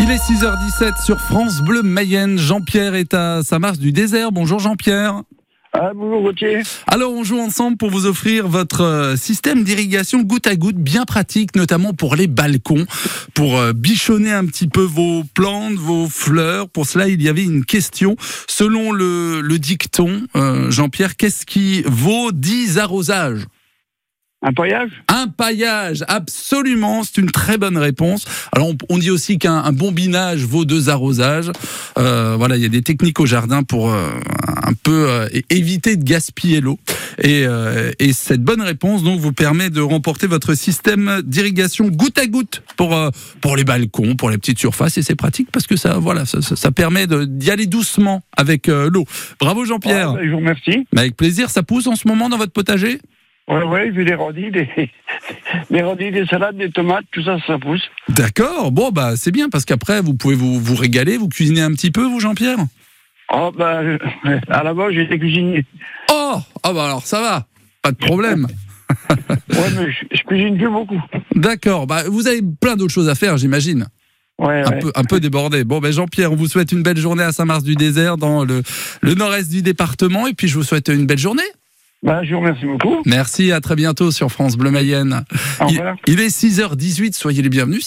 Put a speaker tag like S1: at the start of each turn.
S1: Il est 6h17 sur France Bleu Mayenne. Jean-Pierre est à sa marche du désert. Bonjour Jean-Pierre.
S2: Ah, bonjour Gauthier.
S1: Alors on joue ensemble pour vous offrir votre euh, système d'irrigation goutte à goutte bien pratique, notamment pour les balcons, pour euh, bichonner un petit peu vos plantes, vos fleurs. Pour cela, il y avait une question. Selon le, le dicton, euh, Jean-Pierre, qu'est-ce qui vaut 10 arrosages
S2: Un paillage
S1: un paillage, absolument, c'est une très bonne réponse. Alors on, on dit aussi qu'un un bombinage vaut deux arrosages. Euh, voilà, il y a des techniques au jardin pour euh, un peu euh, é- éviter de gaspiller l'eau. Et, euh, et cette bonne réponse donc vous permet de remporter votre système d'irrigation goutte à goutte pour euh, pour les balcons, pour les petites surfaces et c'est pratique parce que ça voilà ça, ça- ça permet de- d'y aller doucement avec euh, l'eau. Bravo Jean-Pierre.
S2: Ouais, bah, je vous remercie.
S1: Mais Avec plaisir, ça pousse en ce moment dans votre potager
S2: Ouais, ouais, j'ai des rodis, des, des rodis, des salades, des tomates, tout ça, ça pousse.
S1: D'accord, bon bah c'est bien parce qu'après vous pouvez vous, vous régaler, vous cuisiner un petit peu vous Jean-Pierre
S2: Oh, bah, euh, à la base, j'étais cuisinier.
S1: Oh Ah bah alors ça va, pas de problème.
S2: Ouais, mais je, je cuisine plus beaucoup.
S1: D'accord, bah vous avez plein d'autres choses à faire j'imagine.
S2: Ouais,
S1: Un,
S2: ouais.
S1: peu, un peu débordé. Bon ben Jean-Pierre, on vous souhaite une belle journée à Saint-Mars-du-Désert dans le, le nord-est du département et puis je vous souhaite une belle journée.
S2: Bah, je vous remercie beaucoup.
S1: Merci, à très bientôt sur France Bleu Mayenne.
S2: Au
S1: Il-
S2: revoir.
S1: il est 6h18, soyez les bienvenus.